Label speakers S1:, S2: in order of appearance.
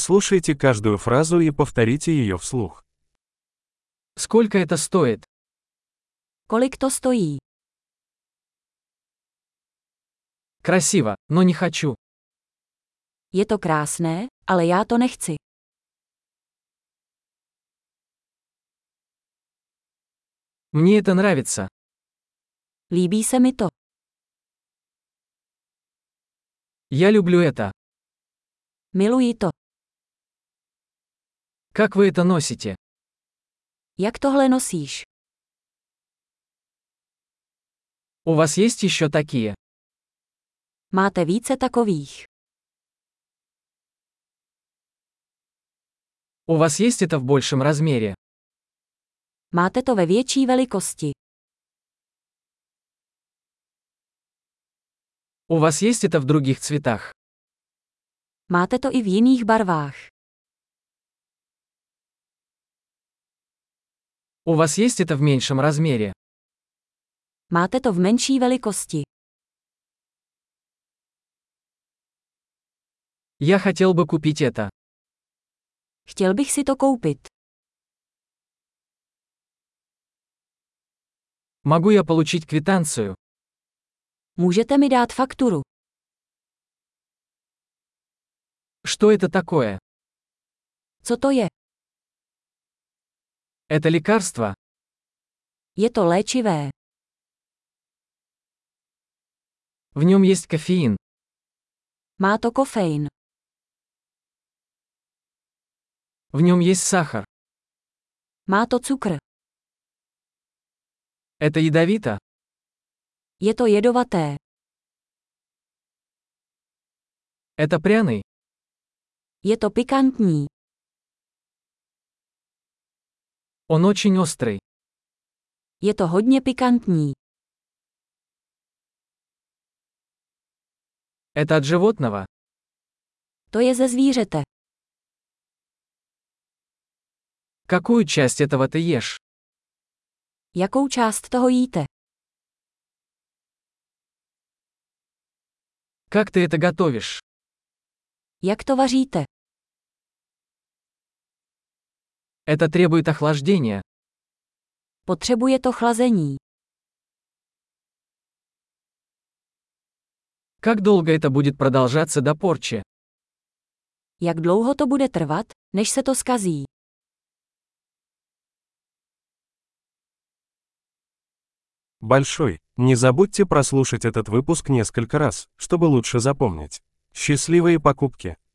S1: Прослушайте каждую фразу и повторите ее вслух.
S2: Сколько это стоит?
S3: Kolik to stojí?
S2: Красиво, но не хочу.
S3: Je to krásné, ale já to nechci.
S2: Мне это нравится.
S3: Líbí se mi to.
S2: Я люблю это.
S3: Miluji to.
S2: Как вы это носите?
S3: Jak tohle nosíš?
S2: У вас есть еще такие?
S3: Máte více takových.
S2: У вас есть это в большем размере?
S3: Máte to ve větší velikosti.
S2: У вас есть это в других цветах?
S3: Máte to i v jiných barvách.
S2: У вас есть это в меньшем размере?
S3: Máte to v menší velikosti.
S2: Я хотел бы купить это.
S3: Chtěl bych si to koupit.
S2: Могу я получить квитанцию?
S3: Můžete mi dát fakturu.
S2: Что это такое?
S3: Co to je?
S2: Это лекарство?
S3: Je to léčivé.
S2: В нем есть кофеин.
S3: Má to kofein.
S2: В нем есть сахар.
S3: Má to cukr.
S2: Это ядовито?
S3: Je to jedovaté.
S2: Это пряный?
S3: Je to pikantní.
S2: Он очень острый.
S3: Je to hodně pikantní.
S2: Это от животного?
S3: To je ze zvířete.
S2: Какую часть этого ты ешь?
S3: Jakou část toho jíte?
S2: Как ты это готовишь?
S3: Jak to vaříte?
S2: Это требует охлаждения.
S3: Potřebuje to chlazení.
S2: Как долго это будет продолжаться до порчи?
S3: Jak dlouho to bude trvat, než se to skazí?
S1: Большой. Не забудьте прослушать этот выпуск несколько раз, чтобы лучше запомнить. Счастливые покупки!